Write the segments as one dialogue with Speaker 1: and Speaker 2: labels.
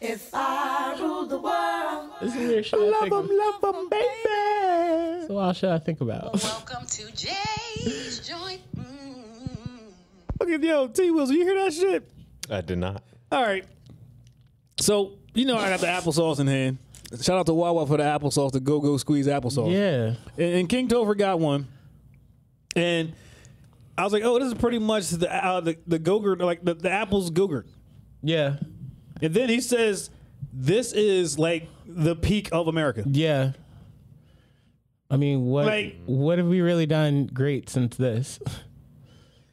Speaker 1: If I ruled the world.
Speaker 2: This is weird shit. I think of.
Speaker 3: love 'em, baby.
Speaker 2: It's a lot of shit I think about.
Speaker 4: Welcome to Jay's joint. Mm.
Speaker 3: Fucking yo, T Wills, you hear that shit?
Speaker 5: I did not.
Speaker 3: All right. So you know I got the applesauce in hand. Shout out to Wawa for the applesauce, the Go Go Squeeze applesauce.
Speaker 2: yeah.
Speaker 3: And, and King Topher got one, and I was like, oh, this is pretty much the uh, the the Gogurt, like the, the apples Gogurt.
Speaker 2: Yeah.
Speaker 3: And then he says, this is like the peak of America.
Speaker 2: Yeah. I mean, what
Speaker 3: Like-
Speaker 2: what have we really done great since this?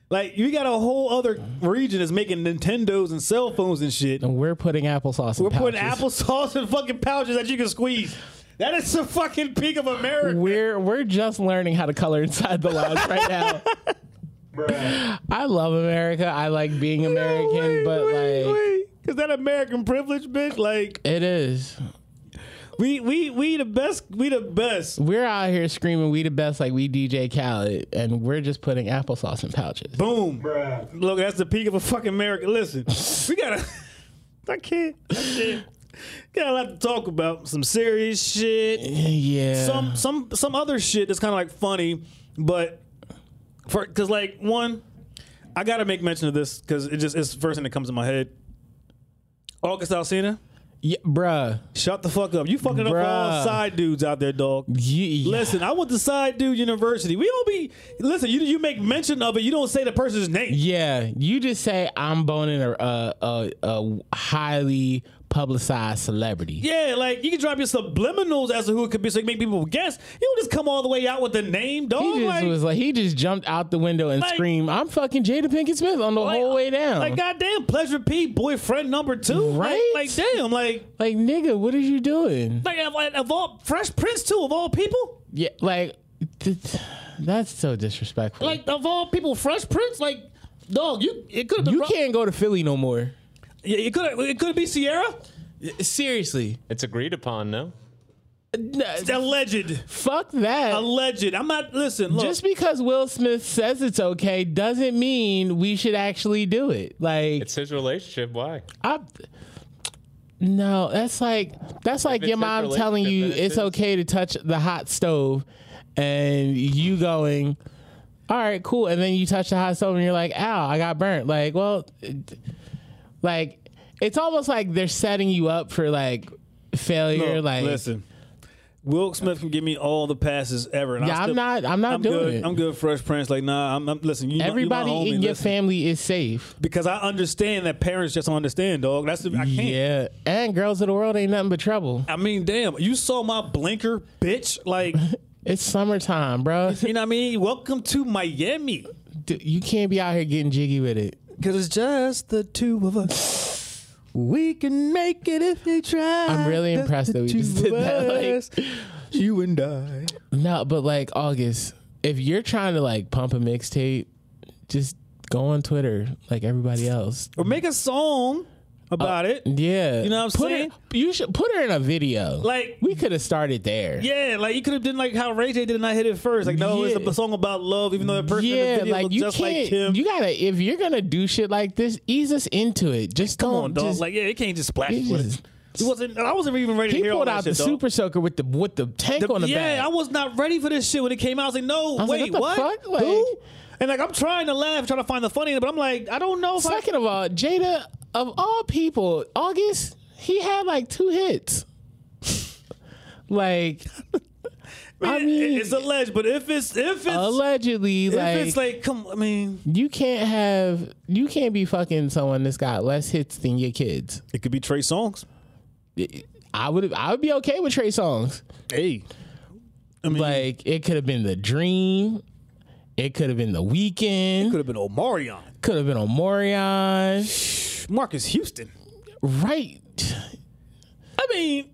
Speaker 3: Like you got a whole other region that's making Nintendos and cell phones and shit.
Speaker 2: And we're putting applesauce. in
Speaker 3: We're putting
Speaker 2: pouches.
Speaker 3: applesauce in fucking pouches that you can squeeze. That is the fucking peak of America.
Speaker 2: We're we're just learning how to color inside the lines right now. I love America. I like being American, but like
Speaker 3: Cause that American privilege, bitch. Like
Speaker 2: it is.
Speaker 3: we, we, we the best. We the best.
Speaker 2: We're out here screaming we the best like we DJ Khaled and we're just putting applesauce in pouches.
Speaker 3: Boom. Look, that's the peak of a fucking America. Listen, we gotta. I can't. I can't. Got a lot to talk about. Some serious shit.
Speaker 2: Yeah.
Speaker 3: Some some some other shit that's kind of like funny, but for because like one, I gotta make mention of this because it just it's the first thing that comes to my head. August Alsina,
Speaker 2: yeah, bruh.
Speaker 3: shut the fuck up. You fucking up all
Speaker 2: Bruh.
Speaker 3: side dudes out there, dog.
Speaker 2: Ye-
Speaker 3: Listen, I went to Side Dude University. We don't be listen. You you make mention of it. You don't say the person's name.
Speaker 2: Yeah, you just say I'm boning a a, a, a highly publicized celebrity.
Speaker 3: Yeah, like you can drop your subliminals as to who it could be, so you can make people guess. You don't just come all the way out with the name, dog.
Speaker 2: He just
Speaker 3: like,
Speaker 2: was like he just jumped out the window and
Speaker 3: Like-
Speaker 2: screamed, "I'm fucking Jada Pinkett Smith" on the
Speaker 3: like, uh,
Speaker 2: whole way down. Like,
Speaker 3: Like,
Speaker 2: uh,
Speaker 3: goddamn, pleasure P, boyfriend number two. Like-
Speaker 2: Right?
Speaker 3: Like, damn, like,
Speaker 2: nigga, what are you doing?
Speaker 3: like of, of all Fresh Prince too, of all people,
Speaker 2: Yeah, like th- that's so disrespectful.
Speaker 3: like of all people, Fresh Prince, like, dog, you it could have been
Speaker 2: you
Speaker 3: Ro-
Speaker 2: can't go to Philly no more.
Speaker 3: Yeah, it could it could be Sierra,
Speaker 2: Seriously,
Speaker 5: It's agreed upon, no?
Speaker 2: N-
Speaker 3: alleged,
Speaker 2: fuck that.
Speaker 3: alleged. I'm not listen. Look,
Speaker 2: just because Will Smith says it's okay doesn't mean we should actually do it. Like
Speaker 5: It's his relationship. Why?
Speaker 2: I no, that's like that's like
Speaker 5: it's
Speaker 2: your mom
Speaker 5: his
Speaker 2: telling you
Speaker 5: relationship, then
Speaker 2: it's
Speaker 5: it's his.
Speaker 2: okay to touch the hot stove, and you going, all right, cool, and then you touch the hot stove and you're like, ow, I got burnt. Like, well, it- like it's almost like they're setting you up for like failure.
Speaker 3: Look,
Speaker 2: like,
Speaker 3: listen. Will Smith can give me all the passes ever. And
Speaker 2: yeah,
Speaker 3: I'll
Speaker 2: I'm
Speaker 3: still-
Speaker 2: not, I'm not
Speaker 3: I'm
Speaker 2: doing
Speaker 3: good.
Speaker 2: it.
Speaker 3: I'm good. Fresh Prince. Like, nah. I'm, I'm listen. You, my- you my
Speaker 2: Everybody
Speaker 3: homie,
Speaker 2: in your
Speaker 3: listen.
Speaker 2: family is safe.
Speaker 3: because I understand that parents just don't understand, dog. That's the, I can't.
Speaker 2: Yeah, and girls of the world ain't nothing but trouble.
Speaker 3: I mean, damn. You saw my blinker, bitch. Like,
Speaker 2: It's summertime, bro.
Speaker 3: you know what I mean? Welcome to Miami.
Speaker 2: You can't be out here getting jiggy with it.
Speaker 3: Because it's just the two of us. We can make it if we try.
Speaker 2: I'm really impressed that we just did that, like-
Speaker 3: you and I.
Speaker 2: No, but like August, if you're trying to like pump a mixtape, just go on Twitter like everybody else.
Speaker 3: Or make a song about it.
Speaker 2: Uh, Yeah, you
Speaker 3: know what I'm
Speaker 2: put
Speaker 3: saying?
Speaker 2: Her, you should put her in a video.
Speaker 3: Like-
Speaker 2: we could have started there.
Speaker 3: Yeah, like you could have done like how Ray J did and I hit it first. Like, no, it's
Speaker 2: Yeah.
Speaker 3: a song about love, even though the person in the
Speaker 2: Yeah,
Speaker 3: video
Speaker 2: like
Speaker 3: looked
Speaker 2: you
Speaker 3: just
Speaker 2: can't.
Speaker 3: like him.
Speaker 2: You gotta if you're gonna do shit like this, ease us into it. Just
Speaker 3: Come
Speaker 2: don't
Speaker 3: on, dog.
Speaker 2: Just,
Speaker 3: like, yeah, it can't just splash.
Speaker 2: it
Speaker 3: with it.
Speaker 2: just-
Speaker 3: It wasn't. I wasn't even ready
Speaker 2: he
Speaker 3: to hear all
Speaker 2: pulled
Speaker 3: that
Speaker 2: out the
Speaker 3: shit, dog.
Speaker 2: super soaker with the with the tank
Speaker 3: The-
Speaker 2: on the
Speaker 3: yeah,
Speaker 2: back.
Speaker 3: I was not ready for this shit when it came out. I was like, no,
Speaker 2: was like,
Speaker 3: wait,
Speaker 2: what the fuck? Like-
Speaker 3: Who? And like, I'm trying to laugh, trying to find the funny in it, but I'm like, I don't know if I.
Speaker 2: Second of all, Jada, of all people, August, he had like two hits. like, I
Speaker 3: It-
Speaker 2: mean,
Speaker 3: it's alleged, but if it's if it's
Speaker 2: allegedly,
Speaker 3: if
Speaker 2: like,
Speaker 3: it's like, come, I mean,
Speaker 2: you can't have, you can't be fucking someone that's got less hits than your kids.
Speaker 3: it could be Trey Songs.
Speaker 2: I would, I would be okay with Trey songs.
Speaker 3: Hey, I mean, like,
Speaker 2: Like, it could have been the Dream. It could have been the
Speaker 3: could
Speaker 2: weekend.
Speaker 3: have been Omarion,
Speaker 2: Could have been Omarion.
Speaker 3: Marcus Houston.
Speaker 2: Right.
Speaker 3: I mean,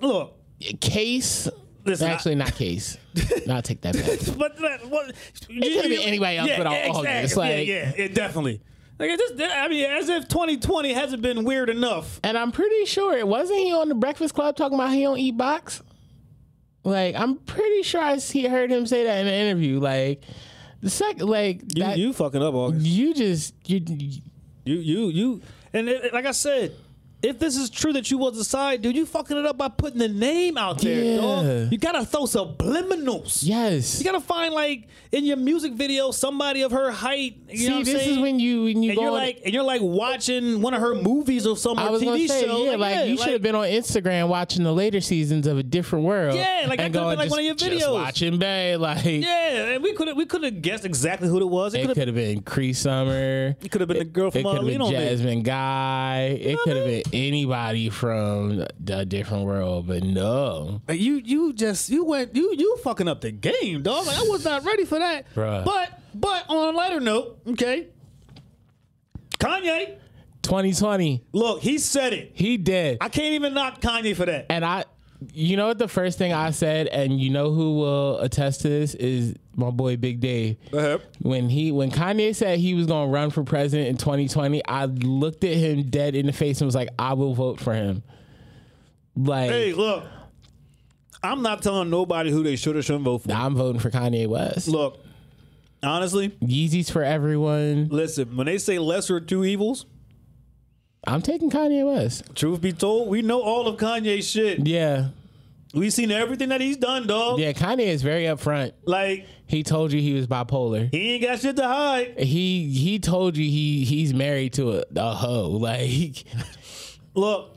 Speaker 3: look,
Speaker 2: Case.
Speaker 3: listen, I-
Speaker 2: Actually, not case. no, I'll take that back.
Speaker 3: But that, what, you,
Speaker 2: could've been anybody else but all- all this, like-
Speaker 3: yeah, yeah, it definitely. Like it's just, I mean, as if 2020 hasn't been weird enough.
Speaker 2: And I'm pretty sure it wasn't he on the Breakfast Club talking about he don't eat box. Like I'm pretty sure I see, heard him say that in an interview. Like the second, like
Speaker 3: You,
Speaker 2: that, you,
Speaker 3: you fucking up, August.
Speaker 2: just you
Speaker 3: You, you, you. And it, it- like I said, if this is true that you was a side dude, you fucking it up by putting the name out there,
Speaker 2: Yeah.
Speaker 3: dog. You gotta throw subliminals.
Speaker 2: Yes.
Speaker 3: You gotta find like in your music video somebody of her height. You know
Speaker 2: See,
Speaker 3: what I'm
Speaker 2: this
Speaker 3: saying?
Speaker 2: is when you when you
Speaker 3: and
Speaker 2: go
Speaker 3: you're
Speaker 2: on-
Speaker 3: like and you're like watching one of her movies or some
Speaker 2: I
Speaker 3: or
Speaker 2: was
Speaker 3: TV
Speaker 2: gonna say,
Speaker 3: show.
Speaker 2: yeah, like, you
Speaker 3: like-
Speaker 2: should have been on Instagram watching the later seasons of A Different World.
Speaker 3: Yeah, like, that
Speaker 2: and
Speaker 3: could've been,
Speaker 2: going,
Speaker 3: like, one of your
Speaker 2: just- Just
Speaker 3: videos.
Speaker 2: watching Bay, like
Speaker 3: Yeah, and we could have we could have guessed exactly who it was.
Speaker 2: it
Speaker 3: It could have
Speaker 2: could have been Cree Summer.
Speaker 3: it could have been the girl
Speaker 2: It
Speaker 3: from
Speaker 2: could
Speaker 3: uh,
Speaker 2: have
Speaker 3: Lean
Speaker 2: been
Speaker 3: on Me.
Speaker 2: Jasmine Guy. It
Speaker 3: what I
Speaker 2: could have been anybody from the different world, but no.
Speaker 3: Like, You you just you went you you fucking up the game, dog. Like I was not ready for that.
Speaker 2: Bruh.
Speaker 3: But but on a lighter note, okay. Kanye,
Speaker 2: 2020,
Speaker 3: look, he said it.
Speaker 2: he did.
Speaker 3: I can't even knock Kanye for that.
Speaker 2: and I, you know what the first thing I said, and you know who will attest to this is my boy Big Dave. When he, when Kanye said he was gonna run for president in 2020, I looked at him dead in the face and was like, I will vote for him. Like
Speaker 3: Hey, look, I'm not telling nobody who they should or shouldn't vote for.
Speaker 2: I'm voting for Kanye West.
Speaker 3: Look, honestly,
Speaker 2: Yeezys for everyone.
Speaker 3: listen. When they say lesser of two evils,
Speaker 2: I'm taking Kanye West.
Speaker 3: truth be told, we know all of Kanye's shit.
Speaker 2: Yeah,
Speaker 3: We've seen everything that he's done, dog.
Speaker 2: yeah. Kanye is very upfront.
Speaker 3: Like
Speaker 2: He told you he was bipolar.
Speaker 3: he ain't got shit to hide.
Speaker 2: He he told you he he's married to a, a hoe. Like
Speaker 3: Look,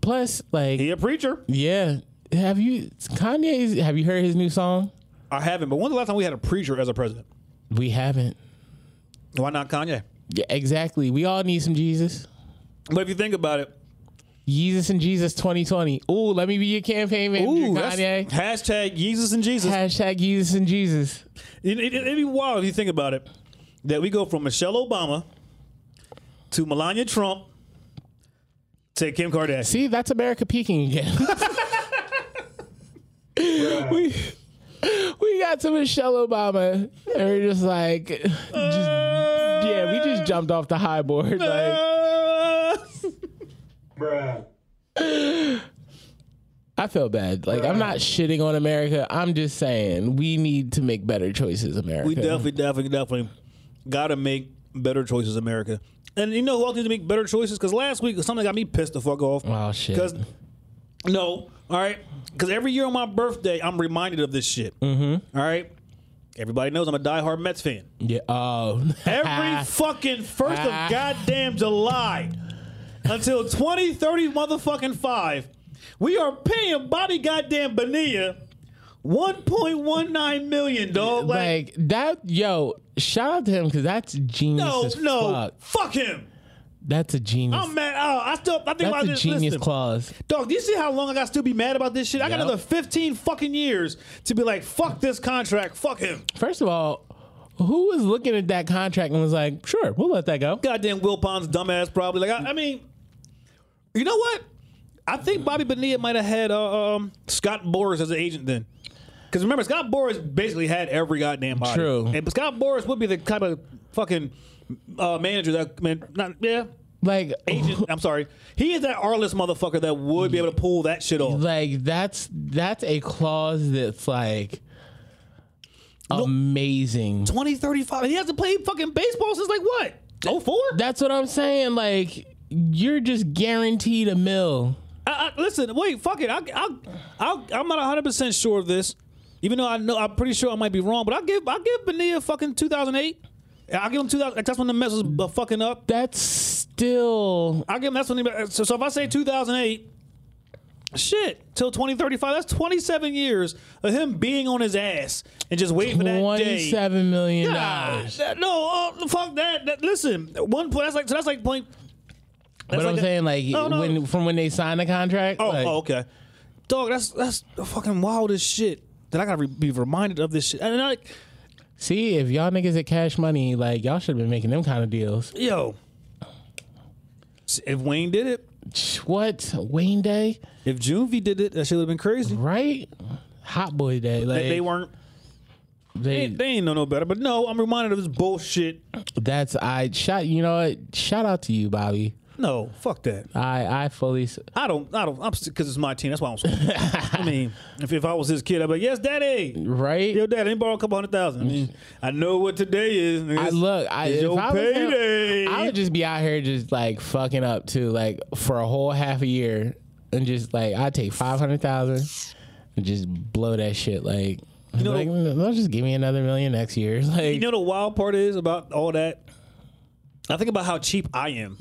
Speaker 2: plus like
Speaker 3: he a preacher.
Speaker 2: yeah. Have you Kanye's? Have you heard his new song?
Speaker 3: I haven't. But when's the last time we had a preacher as a president?
Speaker 2: We haven't.
Speaker 3: Why not Kanye?
Speaker 2: Yeah, exactly. We all need some Jesus.
Speaker 3: But if you think about it,
Speaker 2: Jesus and Jesus 2020. Ooh, let me be your campaign manager,
Speaker 3: ooh, that's-
Speaker 2: Kanye.
Speaker 3: hashtag Jesus and Jesus.
Speaker 2: Hashtag Jesus and Jesus.
Speaker 3: It, it, it'd be wild if you think about it that we go from Michelle Obama to Melania Trump to Kim Kardashian.
Speaker 2: See, that's America peaking again. we we got to Michelle Obama, and we're just like, just, yeah, we just jumped off the high board. Like,
Speaker 3: Uh,
Speaker 2: I feel bad. Like, I'm not shitting on America. I'm just saying we need to make better choices, America.
Speaker 3: we definitely, definitely, definitely got to make better choices, America. And you know who else needs to make better choices? Because last week something got me pissed the fuck off.
Speaker 2: Oh shit.
Speaker 3: Because no, all right. Because every year on my birthday, I'm reminded of this shit. Mm-hmm. right. Everybody knows I'm a diehard Mets fan.
Speaker 2: Yeah. Oh.
Speaker 3: Every fucking first of goddamn July until 2030 motherfucking five, we are paying Bobby goddamn Bonilla 1.19 million, dog. Like,
Speaker 2: like that, yo. Shout out to him because that's genius.
Speaker 3: no,
Speaker 2: as
Speaker 3: no,
Speaker 2: fuck.
Speaker 3: fuck. him.
Speaker 2: That's a genius.
Speaker 3: I'm mad. Oh, I still, I think
Speaker 2: that's
Speaker 3: about
Speaker 2: a
Speaker 3: this.
Speaker 2: genius
Speaker 3: Listen,
Speaker 2: clause.
Speaker 3: dog. Do you see how long I got to still be mad about this shit? I got
Speaker 2: Yup.
Speaker 3: another 15 fucking years to be like, fuck this contract, fuck him.
Speaker 2: First of all, who was looking at that contract and was like, "Sure, we'll let that go."
Speaker 3: goddamn Will Pond's dumbass probably. Like I, I mean, you know what? I think Bobby Bonilla might have had uh, um, Scott Boris as an agent then. Because remember, Scott Boris basically had every goddamn body.
Speaker 2: True.
Speaker 3: And but Scott Boris would be the kind of fucking uh, manager that man, not yeah.
Speaker 2: Like,
Speaker 3: Agent, I'm sorry. He is that artless motherfucker that would be able to pull that shit off.
Speaker 2: like that's that's a clause that's like amazing.
Speaker 3: 20, 35. He hasn't played fucking baseball since like what? Oh four.
Speaker 2: That's what I'm saying. Like, you're just guaranteed a mill.
Speaker 3: I, I, listen, wait, fuck it. I, I, I, I'm not 100 percent sure of this, even though I know I'm pretty sure I might be wrong. But I give I give Bonilla fucking 2008. I give him 2000. like, That's when the Mets was bu- fucking up.
Speaker 2: That's still
Speaker 3: I give him that's when. He, so, so if I say 2008, shit, till 2035, that's 27 years of him being on his ass and just waiting for that day.
Speaker 2: twenty-seven million
Speaker 3: Ah,
Speaker 2: dollars.
Speaker 3: that- no, oh, fuck that. that. Listen, one point. That's like so. That's like point.
Speaker 2: But
Speaker 3: that's
Speaker 2: I'm
Speaker 3: like a-
Speaker 2: saying, like,
Speaker 3: No, no.
Speaker 2: when from when they sign the contract.
Speaker 3: Oh,
Speaker 2: like,
Speaker 3: oh, okay. Dog, that's that's the fucking wildest shit that I gotta re- be reminded of this shit. And I, like,
Speaker 2: See, if y'all niggas at Cash Money, like, y'all should have been making them kind of deals.
Speaker 3: yo, if Wayne did it,
Speaker 2: What Wayne Day?
Speaker 3: if Juvie did it, that shit would have been crazy.
Speaker 2: right? Hot boy day. Like
Speaker 3: They, they weren't. They,
Speaker 2: they-
Speaker 3: they ain't know no better. But no, I'm reminded of this bullshit.
Speaker 2: that's I shot. You know what? Shout out to you, Bobby.
Speaker 3: No, fuck that.
Speaker 2: I I fully. s-
Speaker 3: I don't. I don't. I'm because it's my team. That's why I'm. So, I mean, if, if I was his kid, I'd be like, yes, daddy.
Speaker 2: Right.
Speaker 3: Yo, daddy, let me borrow a couple hundred thousand. I mean, I know what today is. nigga.
Speaker 2: I look. I,
Speaker 3: It's
Speaker 2: if
Speaker 3: your
Speaker 2: I, was him,
Speaker 3: payday.
Speaker 2: I would just be out here just like fucking up too, like for a whole half a year, and just like I take five hundred thousand and just blow that shit. Like, you
Speaker 3: know-
Speaker 2: like they'll just give me another million next year. Like,
Speaker 3: You know the wild part is about all that. I think about how cheap I am,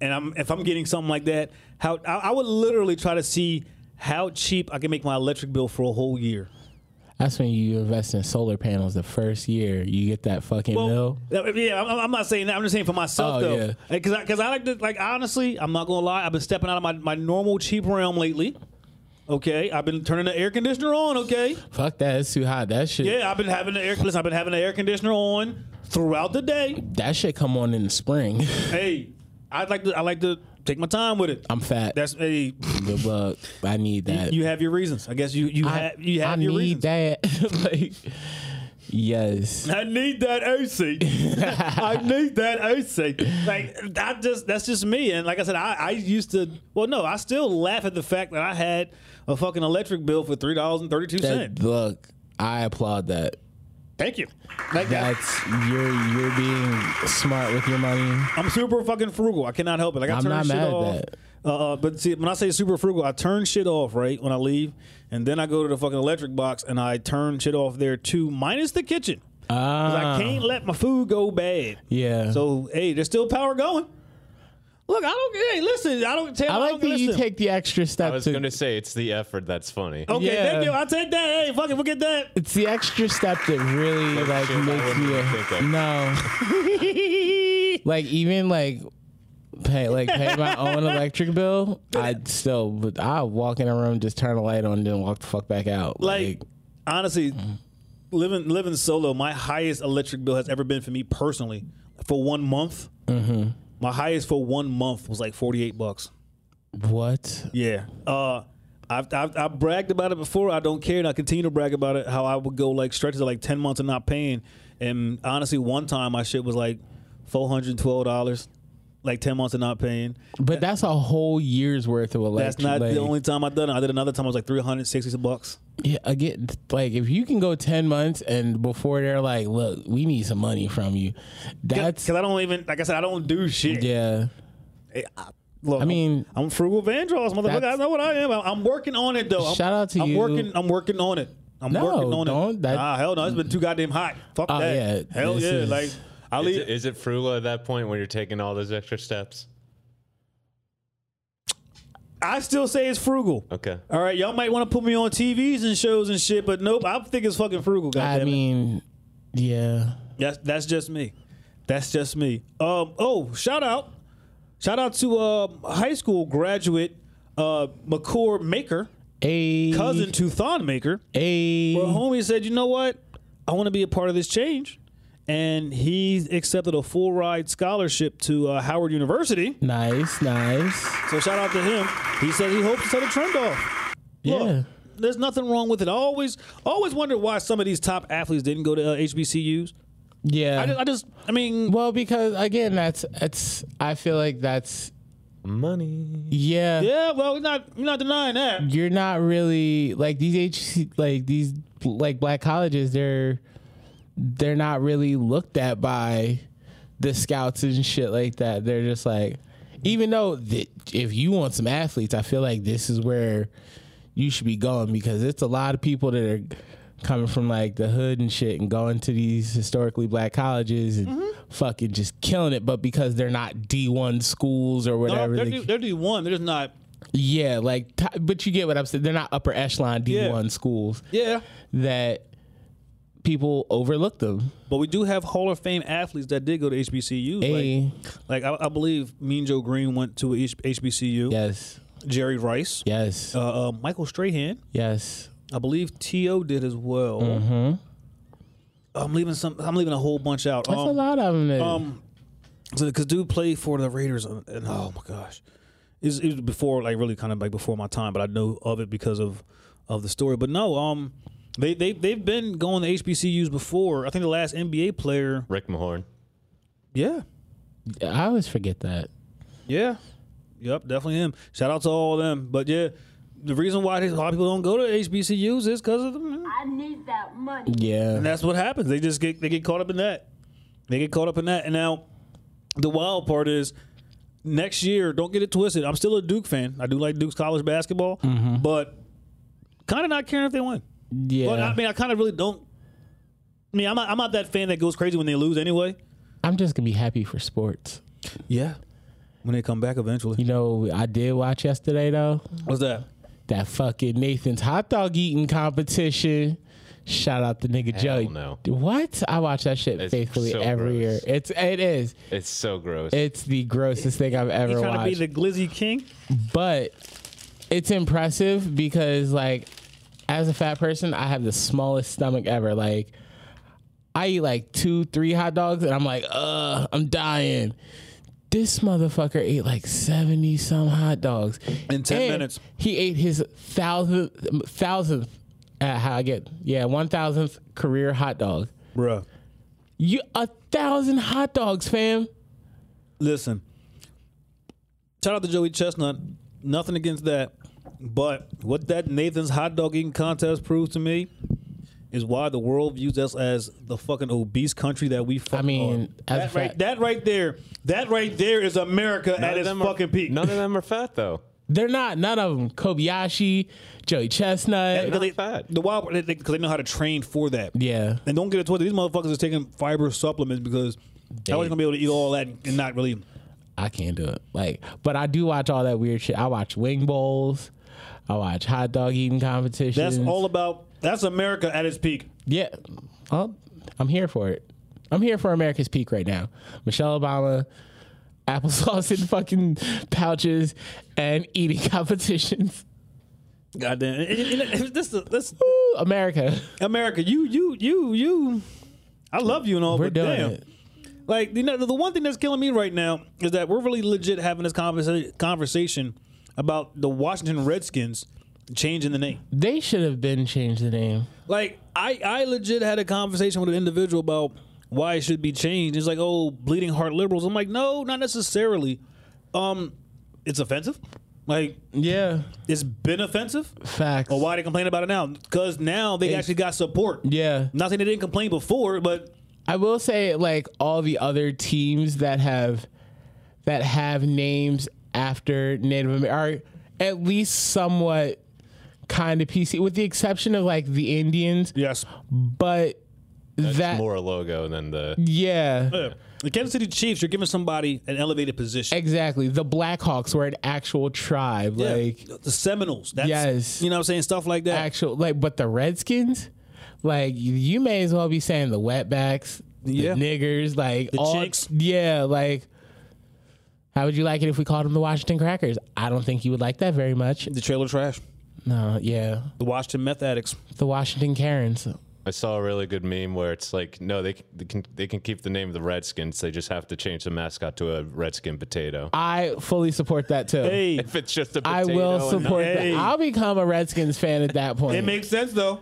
Speaker 3: and I'm if I'm getting something like that, how I, I would literally try to see how cheap I can make my electric bill for a whole year.
Speaker 2: that's when you invest in solar panels. The first year you get that fucking bill.
Speaker 3: uh, yeah, I'm, I'm not saying that. I'm just saying for myself
Speaker 2: Oh,
Speaker 3: though,
Speaker 2: yeah.
Speaker 3: because because I, like to like honestly, I'm not gonna lie. I've been stepping out of my, my normal cheap realm lately. Okay, I've been turning the air conditioner on. Okay,
Speaker 2: Fuck that. It's too hot. That shit.
Speaker 3: yeah, I've been having the air. Listen, I've been having the air conditioner on throughout the day.
Speaker 2: That shit come on in the spring.
Speaker 3: Hey, I like to I like to take my time with it.
Speaker 2: I'm fat.
Speaker 3: That's a
Speaker 2: Good luck. I need that.
Speaker 3: you have your reasons. I guess you you
Speaker 2: I,
Speaker 3: have you have
Speaker 2: I
Speaker 3: your
Speaker 2: need
Speaker 3: reasons.
Speaker 2: that. like, yes.
Speaker 3: I need that AC. I need that AC. Like that just that's just me. And like I said, I, I used to well no, I still laugh at the fact that I had a fucking electric bill for three dollars and thirty two
Speaker 2: That,
Speaker 3: cents.
Speaker 2: look, I applaud that.
Speaker 3: Thank you. Like
Speaker 2: That's you're you're being smart with your money.
Speaker 3: I'm super fucking frugal. I cannot help it. Like I
Speaker 2: I'm
Speaker 3: turn
Speaker 2: not
Speaker 3: shit
Speaker 2: mad at
Speaker 3: off.
Speaker 2: that.
Speaker 3: Uh, uh, but see, when I say super frugal, I turn shit off right when I leave, and then I go to the fucking electric box and I turn shit off there too, minus the kitchen. 'Cause
Speaker 2: Ah,
Speaker 3: I can't let my food go bad.
Speaker 2: yeah. So
Speaker 3: So hey, there's still power going. Look, I don't. Hey, listen, I don't tell.
Speaker 2: I like
Speaker 3: don't
Speaker 2: that you
Speaker 3: listen.
Speaker 2: take the extra
Speaker 5: I
Speaker 2: step
Speaker 5: was
Speaker 2: to.
Speaker 5: going to say it's the effort that's funny.
Speaker 3: Okay,
Speaker 2: Yeah.
Speaker 3: thank you. I'll take that. Hey, fuck it, forget that.
Speaker 2: it's the extra step that really like
Speaker 5: shit, I
Speaker 2: makes
Speaker 5: wouldn't
Speaker 2: me
Speaker 5: even think
Speaker 2: a,
Speaker 5: of.
Speaker 2: no. like even like pay like pay my own electric bill. I still but I walk in a room, just turn the light on, then walk the fuck back out.
Speaker 3: Like, mm-hmm. honestly, living living solo, my highest electric bill has ever been for me personally for one month. Mm-hmm. My highest for one month was like forty eight bucks.
Speaker 2: what?
Speaker 3: Yeah. Uh, I've, I've, i bragged about it before. I don't care, and I continue to brag about it. How I would go like stretches of like ten months of not paying, and honestly, one time my shit was like four hundred twelve dollars, like ten months of not paying.
Speaker 2: But that's a whole year's worth of electric.
Speaker 3: That's not
Speaker 2: like-
Speaker 3: the only time I done it. I did another time. I was like three hundred sixty bucks.
Speaker 2: Yeah, again, like if you can go ten months and before they're like, look, we need some money from you. That's
Speaker 3: because I don't even like I said I don't do shit.
Speaker 2: yeah.
Speaker 3: Look,
Speaker 2: I mean-
Speaker 3: I'm, I'm frugal Vandross, motherfucker.
Speaker 2: That's-
Speaker 3: I know what I am. I'm, I'm working on it though. I'm,
Speaker 2: Shout out to
Speaker 3: I'm
Speaker 2: you.
Speaker 3: working. I'm working on it. I'm
Speaker 2: No,
Speaker 3: working on it.
Speaker 2: don't. That-
Speaker 3: nah, hell no. It's been too goddamn hot. Fuck
Speaker 2: Oh,
Speaker 3: that.
Speaker 2: yeah.
Speaker 3: Hell
Speaker 2: This
Speaker 3: yeah.
Speaker 2: is-
Speaker 3: like I
Speaker 5: Is
Speaker 3: leave.
Speaker 5: it, is it frugal at that point when you're taking all those extra steps?
Speaker 3: I still say it's frugal.
Speaker 5: Okay.
Speaker 3: All right, y'all might want to put me on TVs and shows and shit, but nope, I think it's fucking frugal.
Speaker 2: I
Speaker 3: Goddamn it.
Speaker 2: mean, yeah.
Speaker 3: That's that's just me. That's just me. Um. Oh, shout out, shout out to uh, high school graduate uh, McCord Maker,
Speaker 2: A
Speaker 3: cousin to Thon Maker.
Speaker 2: a
Speaker 3: But homie said, you know what? I want to be a part of this change, and he accepted a full ride scholarship to uh, Howard University.
Speaker 2: nice, nice.
Speaker 3: So shout out to him. He said he hopes to set a trend off. Look,
Speaker 2: Yeah.
Speaker 3: there's nothing wrong with it. I always always wonder why some of these top athletes didn't go to uh, HBCUs.
Speaker 2: Yeah.
Speaker 3: I just, I just, I mean,
Speaker 2: well, because again, that's it's. I feel like that's
Speaker 5: Money.
Speaker 2: yeah.
Speaker 3: yeah, well, we're not we're not denying that.
Speaker 2: You're not really like these H like these like black colleges. They're they're not really looked at by the scouts and shit like that. They're just like, even though th- if you want some athletes, I feel like this is where you should be going because it's a lot of people that are coming from like the hood and shit and going to these historically black colleges and
Speaker 3: Mm-hmm.
Speaker 2: fucking just killing it. But because they're not D1 schools or
Speaker 3: No,
Speaker 2: whatever,
Speaker 3: they're,
Speaker 2: they-
Speaker 3: D, they're D one. They're just not.
Speaker 2: yeah, like, t- but you get what I'm saying. They're not upper echelon D1
Speaker 3: Yeah.
Speaker 2: schools
Speaker 3: Yeah,
Speaker 2: that people overlook them.
Speaker 3: but we do have Hall of Fame athletes that did go to HBCUs.
Speaker 2: A,
Speaker 3: Like, like I, I believe Mean Joe Green went to a H- HBCU.
Speaker 2: yes,
Speaker 3: Jerry Rice,
Speaker 2: yes,
Speaker 3: uh, uh, Michael Strahan.
Speaker 2: yes.
Speaker 3: I believe T.O. did as well.
Speaker 2: Mm-hmm.
Speaker 3: I'm leaving some. I'm leaving a whole bunch out.
Speaker 2: That's
Speaker 3: Um,
Speaker 2: a lot of them. Um,
Speaker 3: Um, because dude played for the Raiders, and and- oh my gosh, it was, it was before like really kind of like before my time, but I know of it because of of the story. But no, um, they they they've been going to HBCUs before. I think the last NBA player,
Speaker 5: Rick Mahorn.
Speaker 3: yeah,
Speaker 2: I always forget that.
Speaker 3: yeah, Yep, definitely him. Shout out to all of them. But yeah, the reason why a lot of people don't go to HBCUs is because of them.
Speaker 6: I need that money.
Speaker 2: Yeah.
Speaker 3: And that's what happens. They just get they get caught up in that. They get caught up in that. And now the wild part is next year, don't get it twisted. I'm still a Duke fan. I do like Duke's college basketball, but kind of not caring if they win.
Speaker 2: yeah.
Speaker 3: But I mean, I kind of really don't. I mean, I'm not, I'm not that fan that goes crazy when they lose anyway.
Speaker 2: I'm just gonna be happy for sports.
Speaker 3: Yeah. When they come back eventually.
Speaker 2: You know, I did watch yesterday though.
Speaker 3: What's that?
Speaker 2: That fucking Nathan's hot dog eating competition. Shout out the nigga
Speaker 5: Hell
Speaker 2: Joey.
Speaker 5: no.
Speaker 2: What? I watch that shit
Speaker 5: It's
Speaker 2: faithfully
Speaker 5: so
Speaker 2: every
Speaker 5: gross.
Speaker 2: year. It's it is.
Speaker 5: It's so gross.
Speaker 2: It's the grossest thing I've
Speaker 3: You
Speaker 2: ever
Speaker 3: trying
Speaker 2: watched.
Speaker 3: to be the glizzy king?
Speaker 2: but it's impressive because like as a fat person i have the smallest stomach ever like i eat like two three hot dogs and i'm like uh i'm dying this motherfucker ate like 70 some hot dogs
Speaker 3: In 10
Speaker 2: And
Speaker 3: minutes.
Speaker 2: he ate his thousandth thousandth uh, how i get yeah one thousandth career hot dog
Speaker 3: Bruh.
Speaker 2: you a thousand hot dogs fam
Speaker 3: Listen, shout out to Joey Chestnut. Nothing against that. But what that Nathan's hot dog eating contest proves to me is why the world views us as the fucking obese country that we fucking
Speaker 2: I mean,
Speaker 3: are.
Speaker 2: as a
Speaker 3: That right,
Speaker 2: fact-
Speaker 3: that right there, that right there is America
Speaker 5: None
Speaker 3: at
Speaker 5: of
Speaker 3: its
Speaker 5: them are-
Speaker 3: fucking peak.
Speaker 5: None of them are fat though.
Speaker 2: they're not none of them kobayashi joey chestnut
Speaker 3: Because they-
Speaker 5: fat.
Speaker 3: The wild because they, 'cause they know how to train for that.
Speaker 2: yeah
Speaker 3: And don't get it twisted. These motherfuckers is taking fiber supplements because I wasn't gonna be able to eat all that and not really.
Speaker 2: I can't do it. Like, but I do watch all that weird shit. I watch wing bowls. I watch hot dog eating competitions.
Speaker 3: That's all about. That's America at its peak.
Speaker 2: Yeah, Well, I'm here for it. I'm here for America's peak right now. Michelle Obama, applesauce in fucking pouches, and eating competitions.
Speaker 3: Goddamn. And- and- and This, this,
Speaker 2: Woo, America,
Speaker 3: America, you, you, you, you. I love you and all,
Speaker 2: we're
Speaker 3: but
Speaker 2: doing
Speaker 3: damn.
Speaker 2: it.
Speaker 3: Like you know, the one thing that's killing me right now is that we're really legit having this conversa- conversation about the Washington Redskins changing the name.
Speaker 2: They should have been changed the name.
Speaker 3: Like I, I legit had a conversation with an individual about why it should be changed. It's like, oh, bleeding heart liberals. I'm like, no, not necessarily. Um, it's offensive. Like
Speaker 2: Yeah,
Speaker 3: it's been offensive.
Speaker 2: facts.
Speaker 3: Well, why they complain about it now? Because now they actually got support.
Speaker 2: Yeah,
Speaker 3: Not saying they didn't complain before, but
Speaker 2: I will say like all the other teams that have that have names after Native American are at least somewhat kind of PC, with the exception of like the Indians.
Speaker 3: yes,
Speaker 2: But that
Speaker 5: More a logo than the
Speaker 2: yeah,
Speaker 3: the Kansas City Chiefs. You're giving somebody an elevated position.
Speaker 2: exactly. The Blackhawks were an actual tribe,
Speaker 3: Yeah.
Speaker 2: like
Speaker 3: the Seminoles. That's,
Speaker 2: Yes.
Speaker 3: you know what I'm saying stuff like that.
Speaker 2: actual like. But the Redskins. Like you- you may as well be saying the wetbacks, the
Speaker 3: Yeah.
Speaker 2: niggers, like
Speaker 3: The
Speaker 2: all
Speaker 3: chicks.
Speaker 2: yeah, like how would you like it if we called them the Washington Crackers? I don't think you would like that very much.
Speaker 3: the trailer trash.
Speaker 2: No, yeah,
Speaker 3: The Washington meth addicts.
Speaker 2: the Washington Karens.
Speaker 5: I saw a really good meme where it's like, no, they, c- they can they can keep the name of the Redskins. They just have to change the mascot to a redskin potato.
Speaker 2: I fully support that too.
Speaker 3: Hey,
Speaker 5: if it's just a
Speaker 2: I
Speaker 5: potato,
Speaker 2: will
Speaker 5: and not-
Speaker 2: support
Speaker 3: Hey.
Speaker 2: that. I'll become a Redskins fan at that point.
Speaker 3: it makes sense though.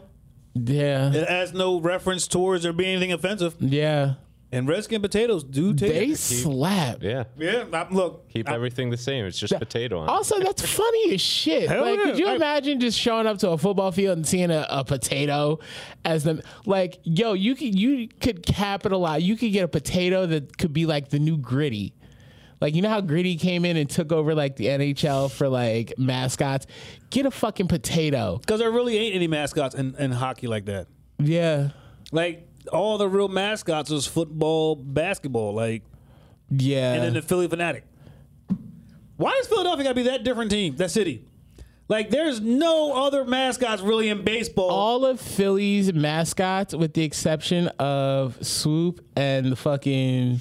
Speaker 2: yeah,
Speaker 3: It has no reference towards there being anything offensive.
Speaker 2: yeah.
Speaker 3: And redskin potatoes do take.
Speaker 2: They slap.
Speaker 5: Yeah,
Speaker 3: yeah, I- look.
Speaker 5: keep everything the same. It's just potato on. it.
Speaker 2: Also, that's funny as shit.
Speaker 3: Hell
Speaker 2: like,
Speaker 3: yeah.
Speaker 2: could you
Speaker 3: I-
Speaker 2: imagine just showing up to a football field and seeing a, a potato as the like, yo, you could you could capitalize. You could get a potato that could be like the new gritty. Like you know how gritty came in and took over like the NHL for like mascots. Get a fucking potato.
Speaker 3: Because there really ain't any mascots in, in hockey like that.
Speaker 2: Yeah,
Speaker 3: Like all the real mascots is football, basketball, like,
Speaker 2: yeah.
Speaker 3: and then the Philly fanatic. Why does Philadelphia got to be that different team? That city. Like, there's no other mascots really in baseball.
Speaker 2: all of Philly's mascots, with the exception of Swoop and the fucking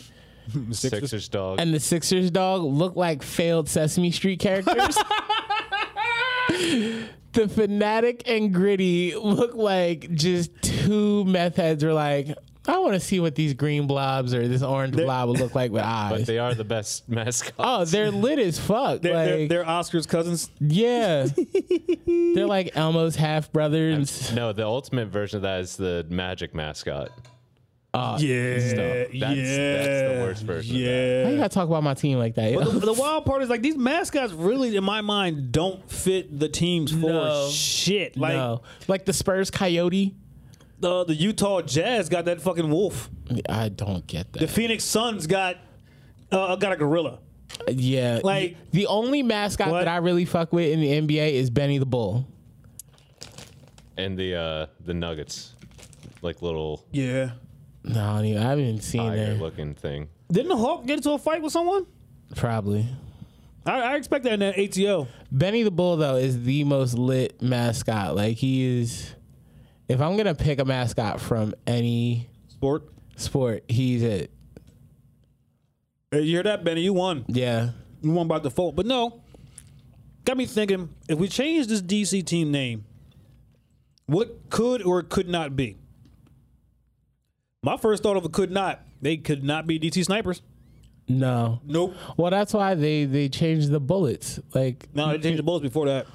Speaker 5: Sixers dog.
Speaker 2: and the Sixers dog look like failed Sesame Street characters. the fanatic and gritty look like just two meth heads were like, I want to see what these green blobs or this orange blob will look like with
Speaker 5: but
Speaker 2: eyes.
Speaker 5: they are the best mascot.
Speaker 2: oh, they're lit as fuck.
Speaker 3: they're,
Speaker 2: like,
Speaker 3: they're- they're Oscar's cousins.
Speaker 2: yeah, they're like Elmo's half brothers.
Speaker 5: No, the ultimate version of that is the magic mascot.
Speaker 2: Uh,
Speaker 3: Yeah,
Speaker 5: That's,
Speaker 3: yeah,
Speaker 5: that's the worst version. of that.
Speaker 2: Why
Speaker 3: Yeah.
Speaker 2: you gotta talk about my team like that? yo?
Speaker 3: But the, the wild part is like these mascots really, in my mind, don't fit the teams for
Speaker 2: No.
Speaker 3: shit. Like
Speaker 2: no, like the Spurs coyote.
Speaker 3: the the Utah Jazz got that fucking wolf.
Speaker 2: I don't get that.
Speaker 3: The Phoenix Suns got uh, got a gorilla.
Speaker 2: yeah,
Speaker 3: like-
Speaker 2: the only mascot
Speaker 3: What?
Speaker 2: that I really fuck with in the NBA is Benny the Bull.
Speaker 5: And the uh, the Nuggets, like little
Speaker 3: Yeah.
Speaker 2: No, I, don't even- I haven't even seen
Speaker 5: tiger
Speaker 2: it.
Speaker 5: looking thing.
Speaker 3: Didn't the Hawk get into a fight with someone?
Speaker 2: Probably.
Speaker 3: I, I expect that in that ATO.
Speaker 2: Benny the Bull though is the most lit mascot. Like he is. If I'm gonna pick a mascot from any
Speaker 3: Sport.
Speaker 2: sport, he's it.
Speaker 3: Hey, you hear that, Benny? You won.
Speaker 2: Yeah.
Speaker 3: You won by default. But no, got me thinking. If we change this DC team name, what could or could not be? My first thought of a could not. They could not be DT snipers.
Speaker 2: No.
Speaker 3: Nope.
Speaker 2: Well, that's why they they changed the bullets. Like
Speaker 3: No, they changed the bulls before that.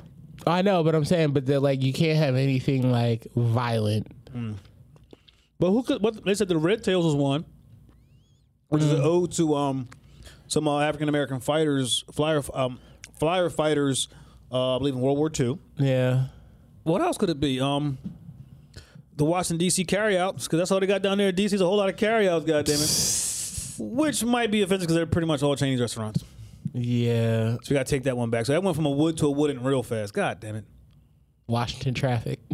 Speaker 2: I know, but I'm saying, but they're like you can't have anything like violent.
Speaker 3: But who could? What they said the Red Tails was one, which is an ode to um some uh, African American fighters, flyer um flyer fighters, uh, I believe in World War II.
Speaker 2: Yeah.
Speaker 3: What else could it be? Um, the Washington D.C. carryouts, because that's all they got down there in D.C. is a whole lot of carryouts. Goddamn it. Which might be offensive because they're pretty much all Chinese restaurants.
Speaker 2: Yeah.
Speaker 3: So we got to take that one back. So that went from a wood to a wooden real fast. God damn it.
Speaker 2: Washington traffic.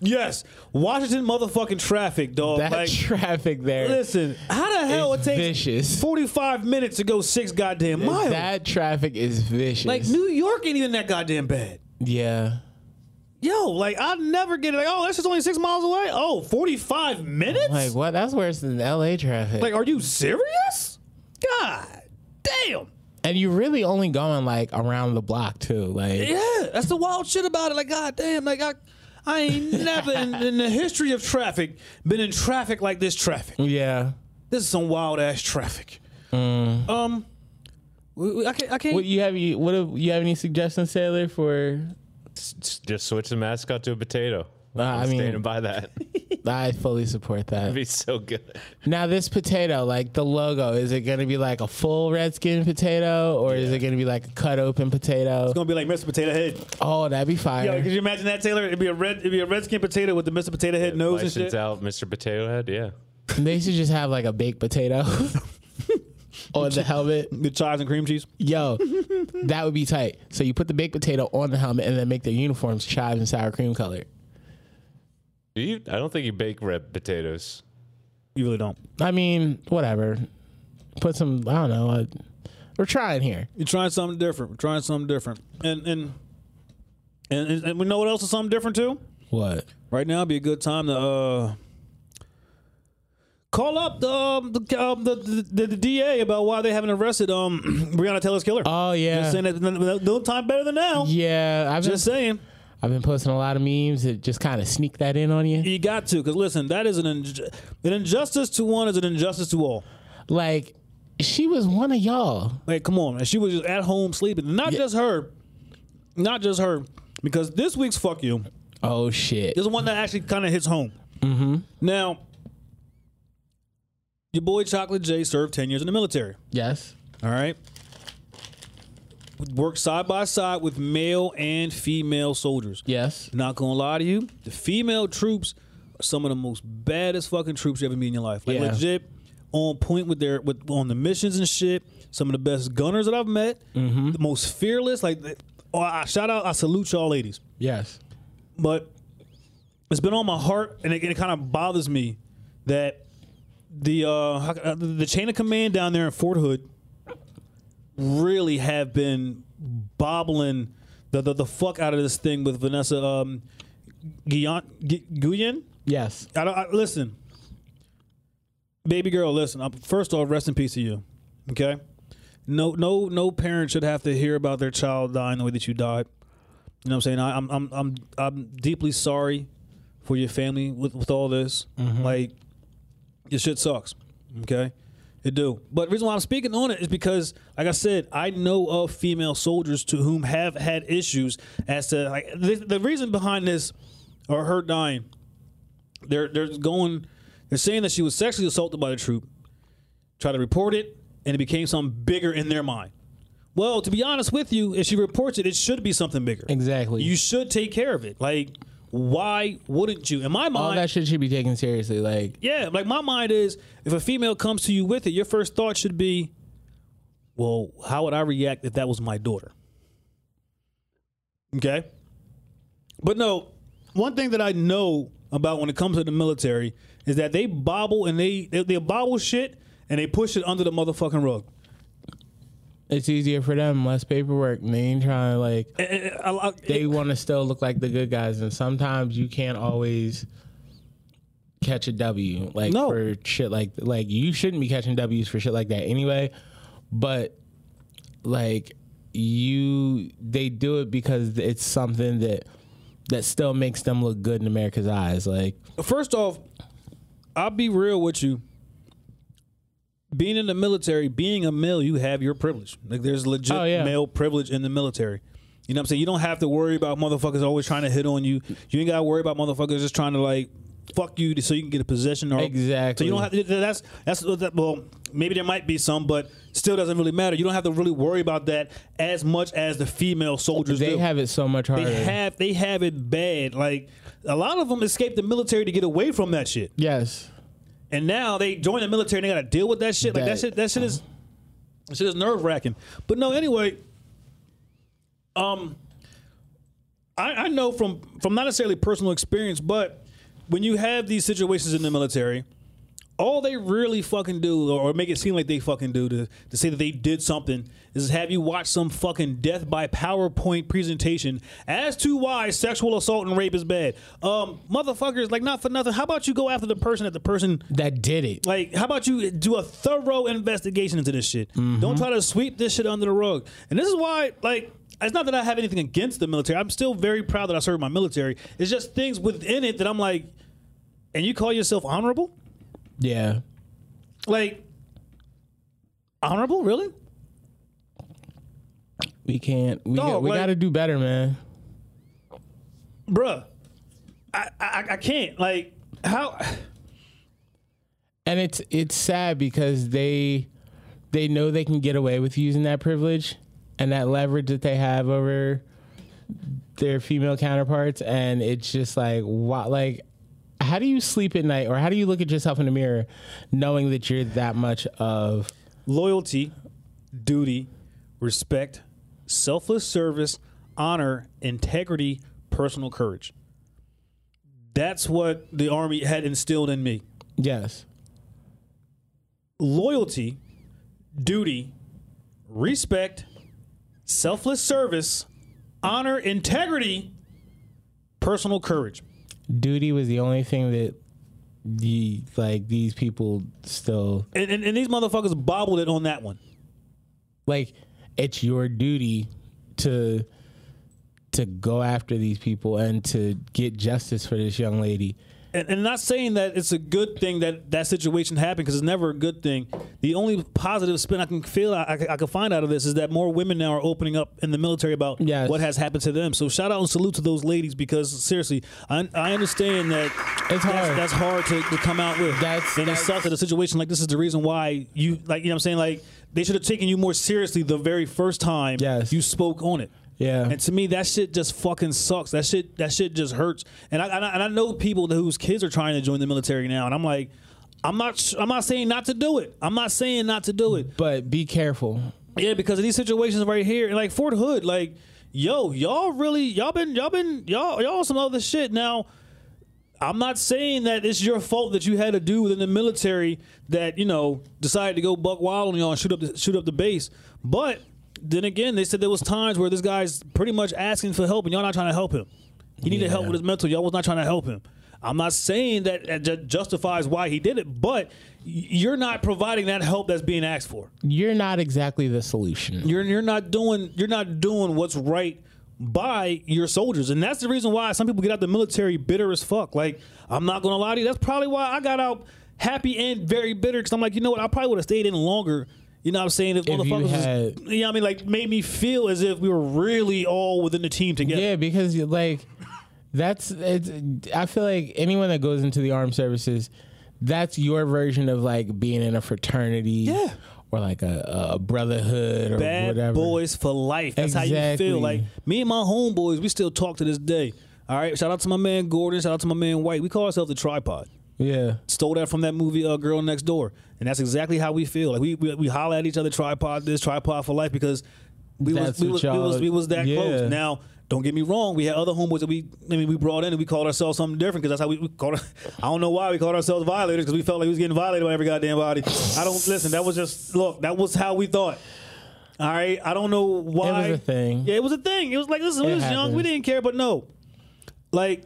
Speaker 3: Yes, Washington motherfucking traffic, dog.
Speaker 2: That
Speaker 3: like,
Speaker 2: traffic there.
Speaker 3: listen, how the hell it
Speaker 2: is
Speaker 3: takes
Speaker 2: vicious.
Speaker 3: 45 minutes to go six goddamn miles.
Speaker 2: That traffic is vicious.
Speaker 3: like New York ain't even that goddamn bad.
Speaker 2: yeah.
Speaker 3: Yo, like I never get it. Like, oh, that's just only six miles away. Oh, 45 minutes?
Speaker 2: Like
Speaker 3: Like,
Speaker 2: what? That's worse than LA traffic.
Speaker 3: are you serious? God damn.
Speaker 2: and you're really only going like around the block too. Like
Speaker 3: Yeah, that's the wild shit about it. Like, god damn, like I I ain't never in, in the history of traffic been in traffic like this traffic.
Speaker 2: yeah.
Speaker 3: This is some wild ass traffic. Um we- we- I can't I can't
Speaker 2: What you have you what have, you have any suggestions, Taylor, for
Speaker 5: S- s- Just switch the mascot to a potato.
Speaker 2: Uh, I
Speaker 5: I'm
Speaker 2: mean-
Speaker 5: standing by that. It'd
Speaker 2: I fully support that.
Speaker 5: be so good.
Speaker 2: Now this potato, like the logo, is it gonna be like a full redskin potato or is it gonna be like a cut open potato?
Speaker 3: it's gonna be like Mr. Potato Head.
Speaker 2: Oh, that'd be fire.
Speaker 3: Yo, could you imagine that, Taylor? It'd be a red, it'd be a red skin potato with the Mr. Potato Head nose and
Speaker 5: License
Speaker 3: shit.
Speaker 5: out Mr. Potato Head. Yeah.
Speaker 2: They should just have like a baked potato on the helmet.
Speaker 3: The chives and cream cheese.
Speaker 2: Yo, that would be tight. So you put the baked potato on the helmet and then make their uniforms chives and sour cream color.
Speaker 5: Do you? I don't think you bake red potatoes.
Speaker 3: You really don't.
Speaker 2: I mean, whatever. Put some, I don't know. uh we're trying here.
Speaker 3: You're trying something different. We're trying something different. And and and and, and we know what else is something different too.
Speaker 2: What?
Speaker 3: Right now, would be a good time to uh call up the um, the, um, the, the, the the DA about why they haven't arrested um Breonna Taylor's killer.
Speaker 2: Oh,
Speaker 3: Just
Speaker 2: yeah.
Speaker 3: saying that no- no time better than now.
Speaker 2: Yeah, I've been,
Speaker 3: Just saying.
Speaker 2: I've been posting a lot of memes that just kind of sneak that in on you.
Speaker 3: You got to, because listen, that is an inj- an injustice to one is an injustice to all.
Speaker 2: Like, she was one of y'all.
Speaker 3: Like, come on, man. She was just at home sleeping. Not just her, not just her, because this week's fuck you
Speaker 2: Oh, shit.
Speaker 3: is one that actually kind of hits home. Mm-hmm. Now, your boy Chocolate J served ten years in the military.
Speaker 2: Yes.
Speaker 3: All right, worked side by side with male and female soldiers.
Speaker 2: Yes.
Speaker 3: Not gonna lie to you, the female troops are some of the most baddest fucking troops you ever meet in your life. Like
Speaker 2: Yeah.
Speaker 3: legit, on point with their with on the missions and shit. Some of the best gunners that I've met, the most fearless. Like, they- oh, I shout out, I salute y'all ladies.
Speaker 2: Yes.
Speaker 3: But it's been on my heart, and it, and it kind of bothers me that the uh, how- uh, the chain of command down there in Fort Hood really have been bobbling the the, the fuck out of this thing with Vanessa um, Guyon, Gu- Guyon.
Speaker 2: Yes.
Speaker 3: I don't, I, listen, baby girl, listen. I'm, first off, rest in peace to you. Okay, no, no, no parent should have to hear about their child dying the way that you died. You know what I'm saying? I, I'm, I'm, I'm, I'm deeply sorry for your family with with all this. Like, your shit sucks. Okay, it do. But the reason why I'm speaking on it is because, like I said, I know of female soldiers to whom have had issues as to like the, the reason behind this or her dying they're they're going They're saying that she was sexually assaulted by the troop, tried to report it, and it became something bigger in their mind. Well, to be honest with you, if she reports it, it should be something bigger.
Speaker 2: Exactly.
Speaker 3: You should take care of it. Like, why wouldn't you? In my
Speaker 2: All
Speaker 3: mind,
Speaker 2: that shit should be taken seriously. Like,
Speaker 3: yeah, like my mind is if a female comes to you with it, your first thought should be, well, how would I react if that was my daughter? Okay. But no, one thing that I know about when it comes to the military is that they bobble and they they, they bobble shit and they push it under the motherfucking rug.
Speaker 2: it's easier for them, less paperwork. And they ain't trying to like.
Speaker 3: And- and- I- I-
Speaker 2: They want to still look like the good guys, and sometimes you can't always catch a W. Like
Speaker 3: No.
Speaker 2: for shit like like you shouldn't be catching Ws for shit like that anyway. But like you, they do it because it's something that that still makes them look good in America's eyes. Like
Speaker 3: First off, I'll be real with you. Being in the military, being a male, you have your privilege. Like there's legit
Speaker 2: Oh, yeah.
Speaker 3: male privilege in the military. You know what I'm saying? You don't have to worry about motherfuckers always trying to hit on you. You ain't got to worry about motherfuckers just trying to like fuck you so you can get a position or
Speaker 2: Exactly.
Speaker 3: So you don't have to, that's that's that, well maybe there might be some, but still doesn't really matter. You don't have to really worry about that as much as the female soldiers
Speaker 2: they
Speaker 3: do
Speaker 2: have it so much harder.
Speaker 3: they have they have it bad. Like a lot of them escaped the military to get away from that shit,
Speaker 2: yes.
Speaker 3: and now they join the military and they got to deal with that shit. Like that,
Speaker 2: That-
Speaker 3: shit, that shit is that shit is nerve wracking. But no, anyway, um, I, I know from from not necessarily personal experience, but when you have these situations in the military. All they really fucking do, or make it seem like they fucking do, to, to say that they did something, is have you watch some fucking death by PowerPoint presentation as to why sexual assault and rape is bad. Um, motherfuckers, like not for nothing. How about you go after the person that the person
Speaker 2: That did it.
Speaker 3: like, how about you do a thorough investigation into this shit? Don't try to sweep this shit under the rug. And this is why, like, it's not that I have anything against the military. I'm still very proud that I served my military. It's just things within it that I'm like, and you call yourself honorable?
Speaker 2: Yeah.
Speaker 3: Like, honorable, really?
Speaker 2: We can't. We,
Speaker 3: Dog,
Speaker 2: got, we
Speaker 3: like-
Speaker 2: got to do better, man.
Speaker 3: Bruh, I, I, I can't. Like, how?
Speaker 2: And it's it's sad because they they know they can get away with using that privilege and that leverage that they have over their female counterparts, and it's just like what like. How do you sleep at night, or how do you look at yourself in the mirror, knowing that you're that much of?
Speaker 3: loyalty, duty, respect, selfless service, honor, integrity, personal courage. That's what the Army had instilled in me
Speaker 2: Yes,
Speaker 3: loyalty, duty, respect, selfless service, honor, integrity, personal courage.
Speaker 2: duty was the only thing that the like these people still
Speaker 3: And, and, and these motherfuckers bobbled it on that one.
Speaker 2: like it's your duty to to go after these people and to get justice for this young lady.
Speaker 3: and, and not saying that it's a good thing that that situation happened because it's never a good thing. The only positive spin I can feel I, I, I can find out of this is that more women now are opening up in the military about
Speaker 2: Yes.
Speaker 3: what has happened to them. So shout out and salute to those ladies because seriously, I, I understand that
Speaker 2: It's hard.
Speaker 3: that's, that's hard to, to come out with.
Speaker 2: That's-
Speaker 3: and
Speaker 2: that's-
Speaker 3: it sucks that a situation like this is the reason why you like you know what I'm saying like they should have taken you more seriously the very first time
Speaker 2: Yes.
Speaker 3: you spoke on it.
Speaker 2: Yeah.
Speaker 3: And to me, that shit just fucking sucks. That shit, that shit just hurts. And I, and I, and I know people whose kids are trying to join the military now, and I'm like, I'm not, s- I'm not saying not to do it. I'm not saying not to do it.
Speaker 2: But be careful.
Speaker 3: Yeah, because of these situations right here, and like Fort Hood, like, yo, y'all really, y'all been, y'all been, y'all, y'all on some other shit. Now, I'm not saying that it's your fault that you had a dude in the military that you know decided to go buck wild on y'all and shoot up, the, shoot up the base. But then again, they said there was times where this guy's pretty much asking for help, and y'all not trying to help him. He needed help
Speaker 2: Yeah.
Speaker 3: with his mental. Y'all was not trying to help him. I'm not saying that that ju- justifies why he did it, but y- you're not providing that help that's being asked for
Speaker 2: You're not exactly the solution.
Speaker 3: you're you're not doing you're not doing what's right by your soldiers and that's the reason why some people get out the military bitter as fuck like i'm not gonna lie to you that's probably why i got out happy and very bitter because i'm like you know what i probably would have stayed in longer you know what i'm saying
Speaker 2: If
Speaker 3: if,
Speaker 2: you
Speaker 3: motherfuckers was-
Speaker 2: had-
Speaker 3: you know what i mean like made me feel as if we were really all within the team together
Speaker 2: Yeah, because like that's it's, I feel like anyone that goes into the armed services, that's your version of like being in a fraternity
Speaker 3: Yeah.
Speaker 2: or like a, a brotherhood or
Speaker 3: Bad
Speaker 2: whatever.
Speaker 3: boys for life. That's how you
Speaker 2: Exactly.
Speaker 3: feel. Like me and my homeboys, we still talk to this day. All right. Shout out to my man Gordon. Shout out to my man White. We call ourselves the tripod.
Speaker 2: Yeah.
Speaker 3: Stole that from that movie uh, Girl Next Door, and that's exactly how we feel. Like we we, we holler at each other, tripod this, tripod for life, because we was
Speaker 2: That's
Speaker 3: we
Speaker 2: what
Speaker 3: was, we
Speaker 2: y'all-
Speaker 3: was we was that
Speaker 2: yeah.
Speaker 3: close. Now, don't get me wrong, we had other homeboys that we I mean we brought in and we called ourselves something different because that's how we, we called. I don't know why we called ourselves violators because we felt like we was getting violated by every goddamn body. I don't listen. That was just look. That was how we thought. All right, I don't know why.
Speaker 2: a thing.
Speaker 3: Yeah, it was a thing. It was like listen, we
Speaker 2: It
Speaker 3: was young, we
Speaker 2: happens.
Speaker 3: didn't care, but no, like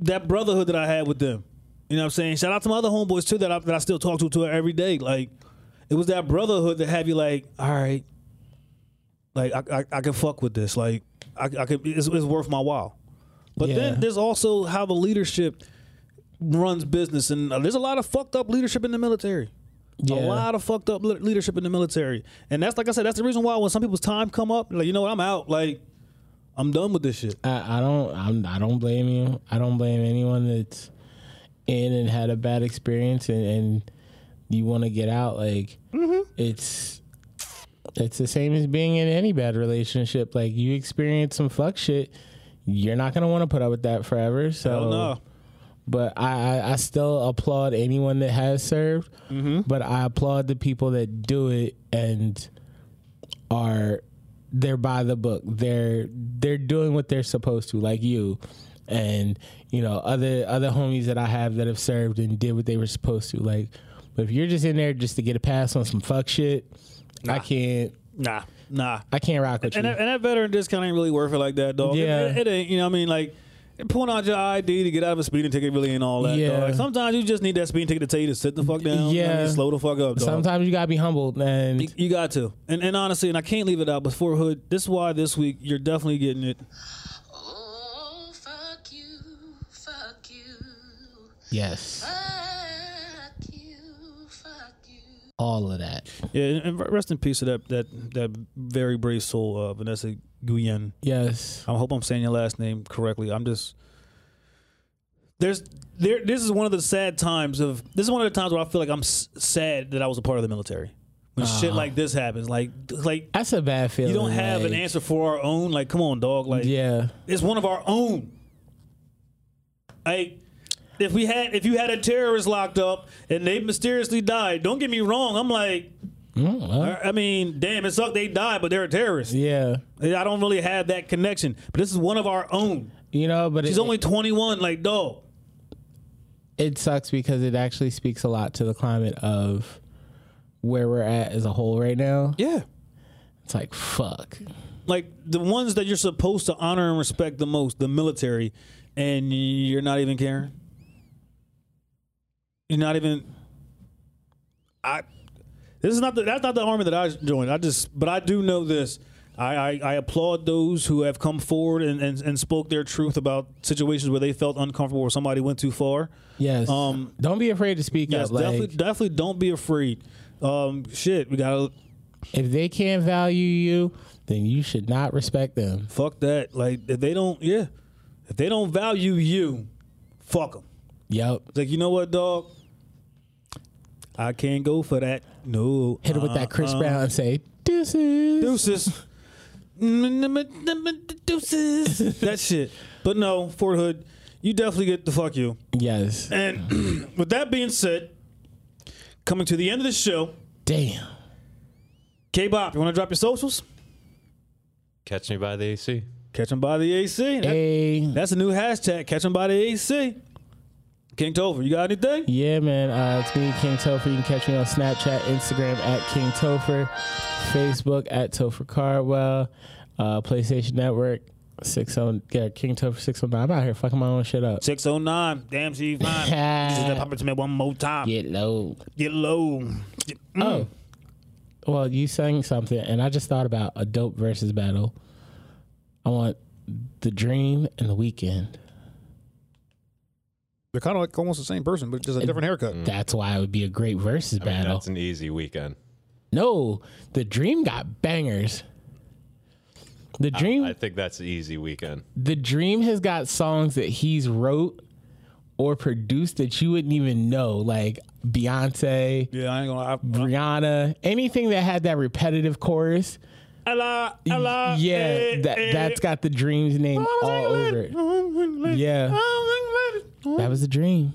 Speaker 3: that brotherhood that I had with them. You know what I'm saying? Shout out to my other homeboys too that I, that I still talk to to every day. Like it was that brotherhood that have you like, all right, like I I, I can fuck with this. Like I I could it's, it's worth my while. But
Speaker 2: Yeah.
Speaker 3: then there's also how the leadership runs business, and uh, there's a lot of fucked up leadership in the military.
Speaker 2: Yeah.
Speaker 3: A lot of fucked up le- leadership in the military, and that's like I said, that's the reason why when some people's time come up, like you know what, I'm out. Like I'm done with this shit.
Speaker 2: I, I don't I'm, I don't blame you. I don't blame anyone that's in and had a bad experience and, and you want to get out. Like
Speaker 3: Mm-hmm.
Speaker 2: it's it's the same as being in any bad relationship. Like you experience some fuck shit, you're not gonna want to put up with that forever. So
Speaker 3: Hell no.
Speaker 2: but I, I I still applaud anyone that has served.
Speaker 3: Mm-hmm.
Speaker 2: But I applaud the people that do it and are they're by the book. They're they're doing what they're supposed to, like you and you know other other homies that I have that have served and did what they were supposed to. Like, but if you're just in there just to get a pass on some fuck shit, I can't
Speaker 3: Nah, nah.
Speaker 2: I can't rock with
Speaker 3: and
Speaker 2: you.
Speaker 3: that, and that veteran discount ain't really worth it like that, dog. It-
Speaker 2: Yeah.
Speaker 3: it, it ain't. You know what I mean? Like pulling out your ID to get out of a speeding ticket really ain't all that. Yeah.
Speaker 2: Yeah.
Speaker 3: Like, sometimes you just need that speeding ticket to tell you to sit the fuck down. you know what I mean?
Speaker 2: Yeah.
Speaker 3: slow the fuck up, dog.
Speaker 2: Sometimes you gotta be humbled and
Speaker 3: You- You got to, and and honestly, and I can't leave it out. But for Hood, this is why this week you're definitely getting it.
Speaker 4: Oh, fuck you, fuck you,
Speaker 2: yes,
Speaker 4: fuck you, fuck you.
Speaker 2: all of that.
Speaker 3: Yeah, and- and rest in peace to that that that very brave soul, uh, Vanessa Guyen.
Speaker 2: Yes.
Speaker 3: I hope I'm saying your last name correctly. I'm just there's there. This is one of the sad times of this is one of the times where I feel like I'm s- sad that I was a part of the military when
Speaker 2: Uh-huh.
Speaker 3: shit like this happens. Like like
Speaker 2: That's a bad feeling.
Speaker 3: you don't have an
Speaker 2: like-
Speaker 3: answer for our own. Like come on, dog. Like
Speaker 2: Yeah.
Speaker 3: it's one of our own. Like if we had if you had a terrorist locked up and they mysteriously died, don't get me wrong. I'm like
Speaker 2: Mm, well,
Speaker 3: I I mean, damn, it sucked they died, but they're a terrorist.
Speaker 2: Yeah.
Speaker 3: I don't really have that connection. But this is one of our own.
Speaker 2: You know, but
Speaker 3: She's
Speaker 2: it,
Speaker 3: only 21. Like, dog.
Speaker 2: it sucks because it actually speaks a lot to the climate of where we're at as a whole right now.
Speaker 3: Yeah.
Speaker 2: It's like fuck.
Speaker 3: Like the ones that you're supposed to honor and respect the most, the military, and you're not even caring. You're not even. I. This is not the. That's not the army that I joined. I just. But I do know this. I, I, I applaud those who have come forward and, and, and spoke their truth about situations where they felt uncomfortable or somebody went too far.
Speaker 2: Yes.
Speaker 3: Um,
Speaker 2: don't be afraid to speak
Speaker 3: Yes,
Speaker 2: up. Like
Speaker 3: definitely, definitely don't be afraid. Um, shit, we gotta
Speaker 2: if they can't value you, then you should not respect them.
Speaker 3: fuck that. Like if they don't, yeah, if they don't value you, fuck them.
Speaker 2: Yep.
Speaker 3: Like you know what, dog? I can't go for that. No, Uh-uh.
Speaker 2: Hit it with that
Speaker 3: Uh-huh.
Speaker 2: Chris Brown and say deuces.
Speaker 3: deuces. deuces. that shit. But no, Fort Hood, you definitely get the fuck you.
Speaker 2: Yes.
Speaker 3: And with that being said, coming to the end of the show,
Speaker 2: Damn.
Speaker 3: K Bop, you want to drop your socials?
Speaker 5: Catch me by the AC.
Speaker 3: Catch 'em by the AC. That-
Speaker 2: Hey.
Speaker 3: That's a new hashtag. Catch 'em by the AC. King Tover, you got anything?
Speaker 2: Yeah, man. Uh, it's me, King Topher. You can catch me on Snapchat, Instagram at King Topher, Facebook at Topher Cardwell, uh, PlayStation Network. Six oh yeah, King Topher six oh nine. I'm out here fucking my own shit up.
Speaker 3: 609. Damn, she fine. Just pop it to me one more time.
Speaker 2: Get low.
Speaker 3: Get low. Get- mm.
Speaker 2: Oh. Well, you sang something and I just thought about a dope versus battle. I want the dream and the weekend.
Speaker 6: They're kind of like almost the same person, but just a different haircut.
Speaker 2: That's why it would be a great versus
Speaker 5: Mm. I mean,
Speaker 2: battle.
Speaker 5: that's an easy weekend.
Speaker 2: no, the dream got bangers. The dream
Speaker 5: I think that's an easy weekend.
Speaker 2: the dream has got songs that he's wrote or produced that you wouldn't even know, like Beyonce,
Speaker 3: Yeah, I ain't gonna.
Speaker 2: Rihanna, anything that had that repetitive chorus.
Speaker 3: I, Ella, Ella,
Speaker 2: yeah,
Speaker 3: eh,
Speaker 2: that
Speaker 3: eh.
Speaker 2: that's got the dream's name all over it. Yeah. That was a dream.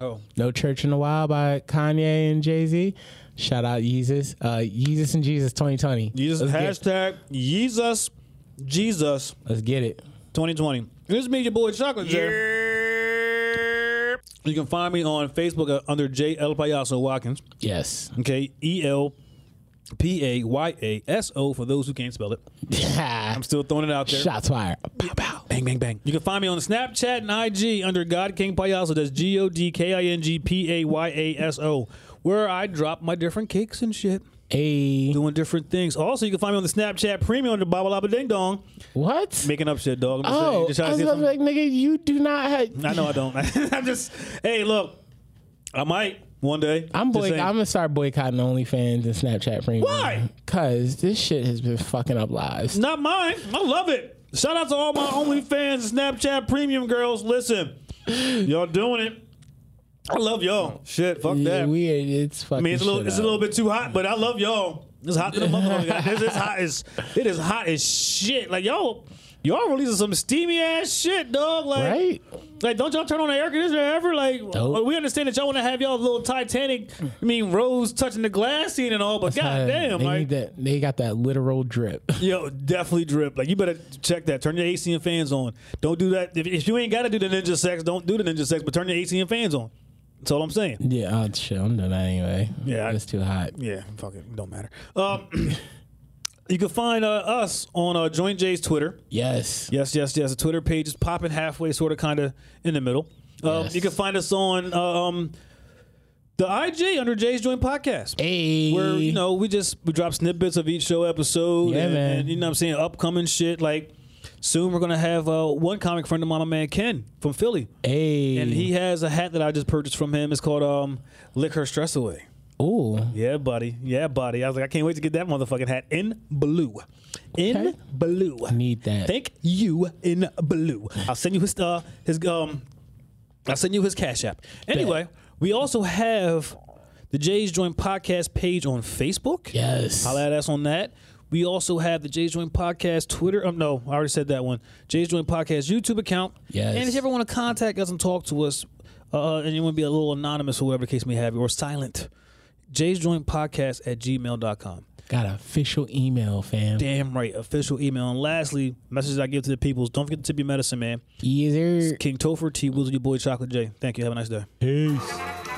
Speaker 3: Oh,
Speaker 2: No Church in a While by Kanye and Jay Z. Shout out Yeezus. Uh, Yeezus and Jesus 2020.
Speaker 3: Jesus
Speaker 2: Let's get,
Speaker 3: hashtag Jesus Jesus
Speaker 2: let's get it.
Speaker 3: 2020. This is me, your boy Chocolate J. You can find me on Facebook uh, under J El Payaso Watkins.
Speaker 2: Yes.
Speaker 3: Okay, E L P A Y A S O for those who can't spell it. I'm still throwing it out there.
Speaker 2: Shots fired. Pow, pow.
Speaker 3: Bang, bang, bang. You can find me on Snapchat and IG under God King Payaso. That's G O D K I N G P A Y A S O, where I drop my different kicks and shit,
Speaker 2: Hey.
Speaker 3: doing different things. Also, you can find me on the Snapchat Premium under Baba Laba Ding Dong,
Speaker 2: What?
Speaker 3: making up shit, dog. I'm just saying,
Speaker 2: Oh, I
Speaker 3: just
Speaker 2: was
Speaker 3: trying to
Speaker 2: about to
Speaker 3: get
Speaker 2: be like, nigga, you do not have.
Speaker 3: some- I know I don't. I'm just, hey, look, I might one day.
Speaker 2: I'm
Speaker 3: Just
Speaker 2: boy- I'm
Speaker 3: saying.
Speaker 2: gonna start boycotting OnlyFans and Snapchat Premium.
Speaker 3: Why?
Speaker 2: Cause this shit has been fucking up lives.
Speaker 3: Not mine. I love it. Shout out to all my OnlyFans, Snapchat Premium girls. Listen, y'all doing it. I love y'all. Shit, fuck
Speaker 2: Yeah,
Speaker 3: that.
Speaker 2: we it's fucking.
Speaker 3: I mean, it's a little,
Speaker 2: shit
Speaker 3: it's a
Speaker 2: up.
Speaker 3: little bit too hot, but I love y'all. It's hot to the motherfucker. This is hot as it is hot as shit. Like y'all, y'all releasing some steamy ass shit, dog. Like,
Speaker 2: right.
Speaker 3: like don't y'all turn on the air conditioner ever? Like,
Speaker 2: Nope.
Speaker 3: we understand that y'all want to have y'all little Titanic. I mean, Rose touching the glass scene and all, but
Speaker 2: Uh,
Speaker 3: goddamn,
Speaker 2: they
Speaker 3: like,
Speaker 2: need that. They got that literal drip.
Speaker 3: Yo, definitely drip. Like you better check that. Turn your AC and fans on. Don't do that. If, if you ain't got to do the ninja sex, don't do the ninja sex. But turn your AC and fans on. That's all I'm saying.
Speaker 2: yeah. Oh shit. I'm done that anyway.
Speaker 3: Yeah, I-
Speaker 2: It's too hot.
Speaker 3: Yeah, fuck it, don't matter. Um, you can find uh, us on uh, Joint J's Twitter.
Speaker 2: Yes.
Speaker 3: Yes, yes, yes. The Twitter page is popping halfway, sort of, kind of in the middle. Um,
Speaker 2: Yes.
Speaker 3: You can find us on uh, um, the IG under J's Joint Podcast.
Speaker 2: Hey.
Speaker 3: where you know we just we drop snippets of each show episode
Speaker 2: Yeah,
Speaker 3: and,
Speaker 2: man.
Speaker 3: and, you know what I'm saying upcoming shit like soon we're gonna have uh, one comic friend of mine my man Ken from Philly
Speaker 2: Hey.
Speaker 3: and he has a hat that I just purchased from him it's called um lick her stress away
Speaker 2: Ooh.
Speaker 3: yeah buddy yeah buddy I was like I can't wait to get that motherfucking hat in blue in
Speaker 2: Okay.
Speaker 3: blue
Speaker 2: Need that.
Speaker 3: thank you in blue I'll send you his uh his um I'll send you his cash app anyway we also have the Jay's Joint podcast page on Facebook
Speaker 2: yes.
Speaker 3: Holla at us on that. We also have the Jay's Joint Podcast Twitter. Um, no, I already said that one. Jay's Joint Podcast YouTube account.
Speaker 2: Yes.
Speaker 3: And if you ever want to contact us and talk to us, uh, and you want to be a little anonymous or whatever the case may have, or silent, Jay's Joint Podcast at gmail.com.
Speaker 2: Got an official email, fam.
Speaker 3: Damn right. Official email. And lastly, messages I give to the peoples. Don't forget to tip your medicine, man.
Speaker 2: Either.
Speaker 3: King Topher, T Wizzle, your boy Chocolate J. Thank you. Have a nice day.
Speaker 2: Peace.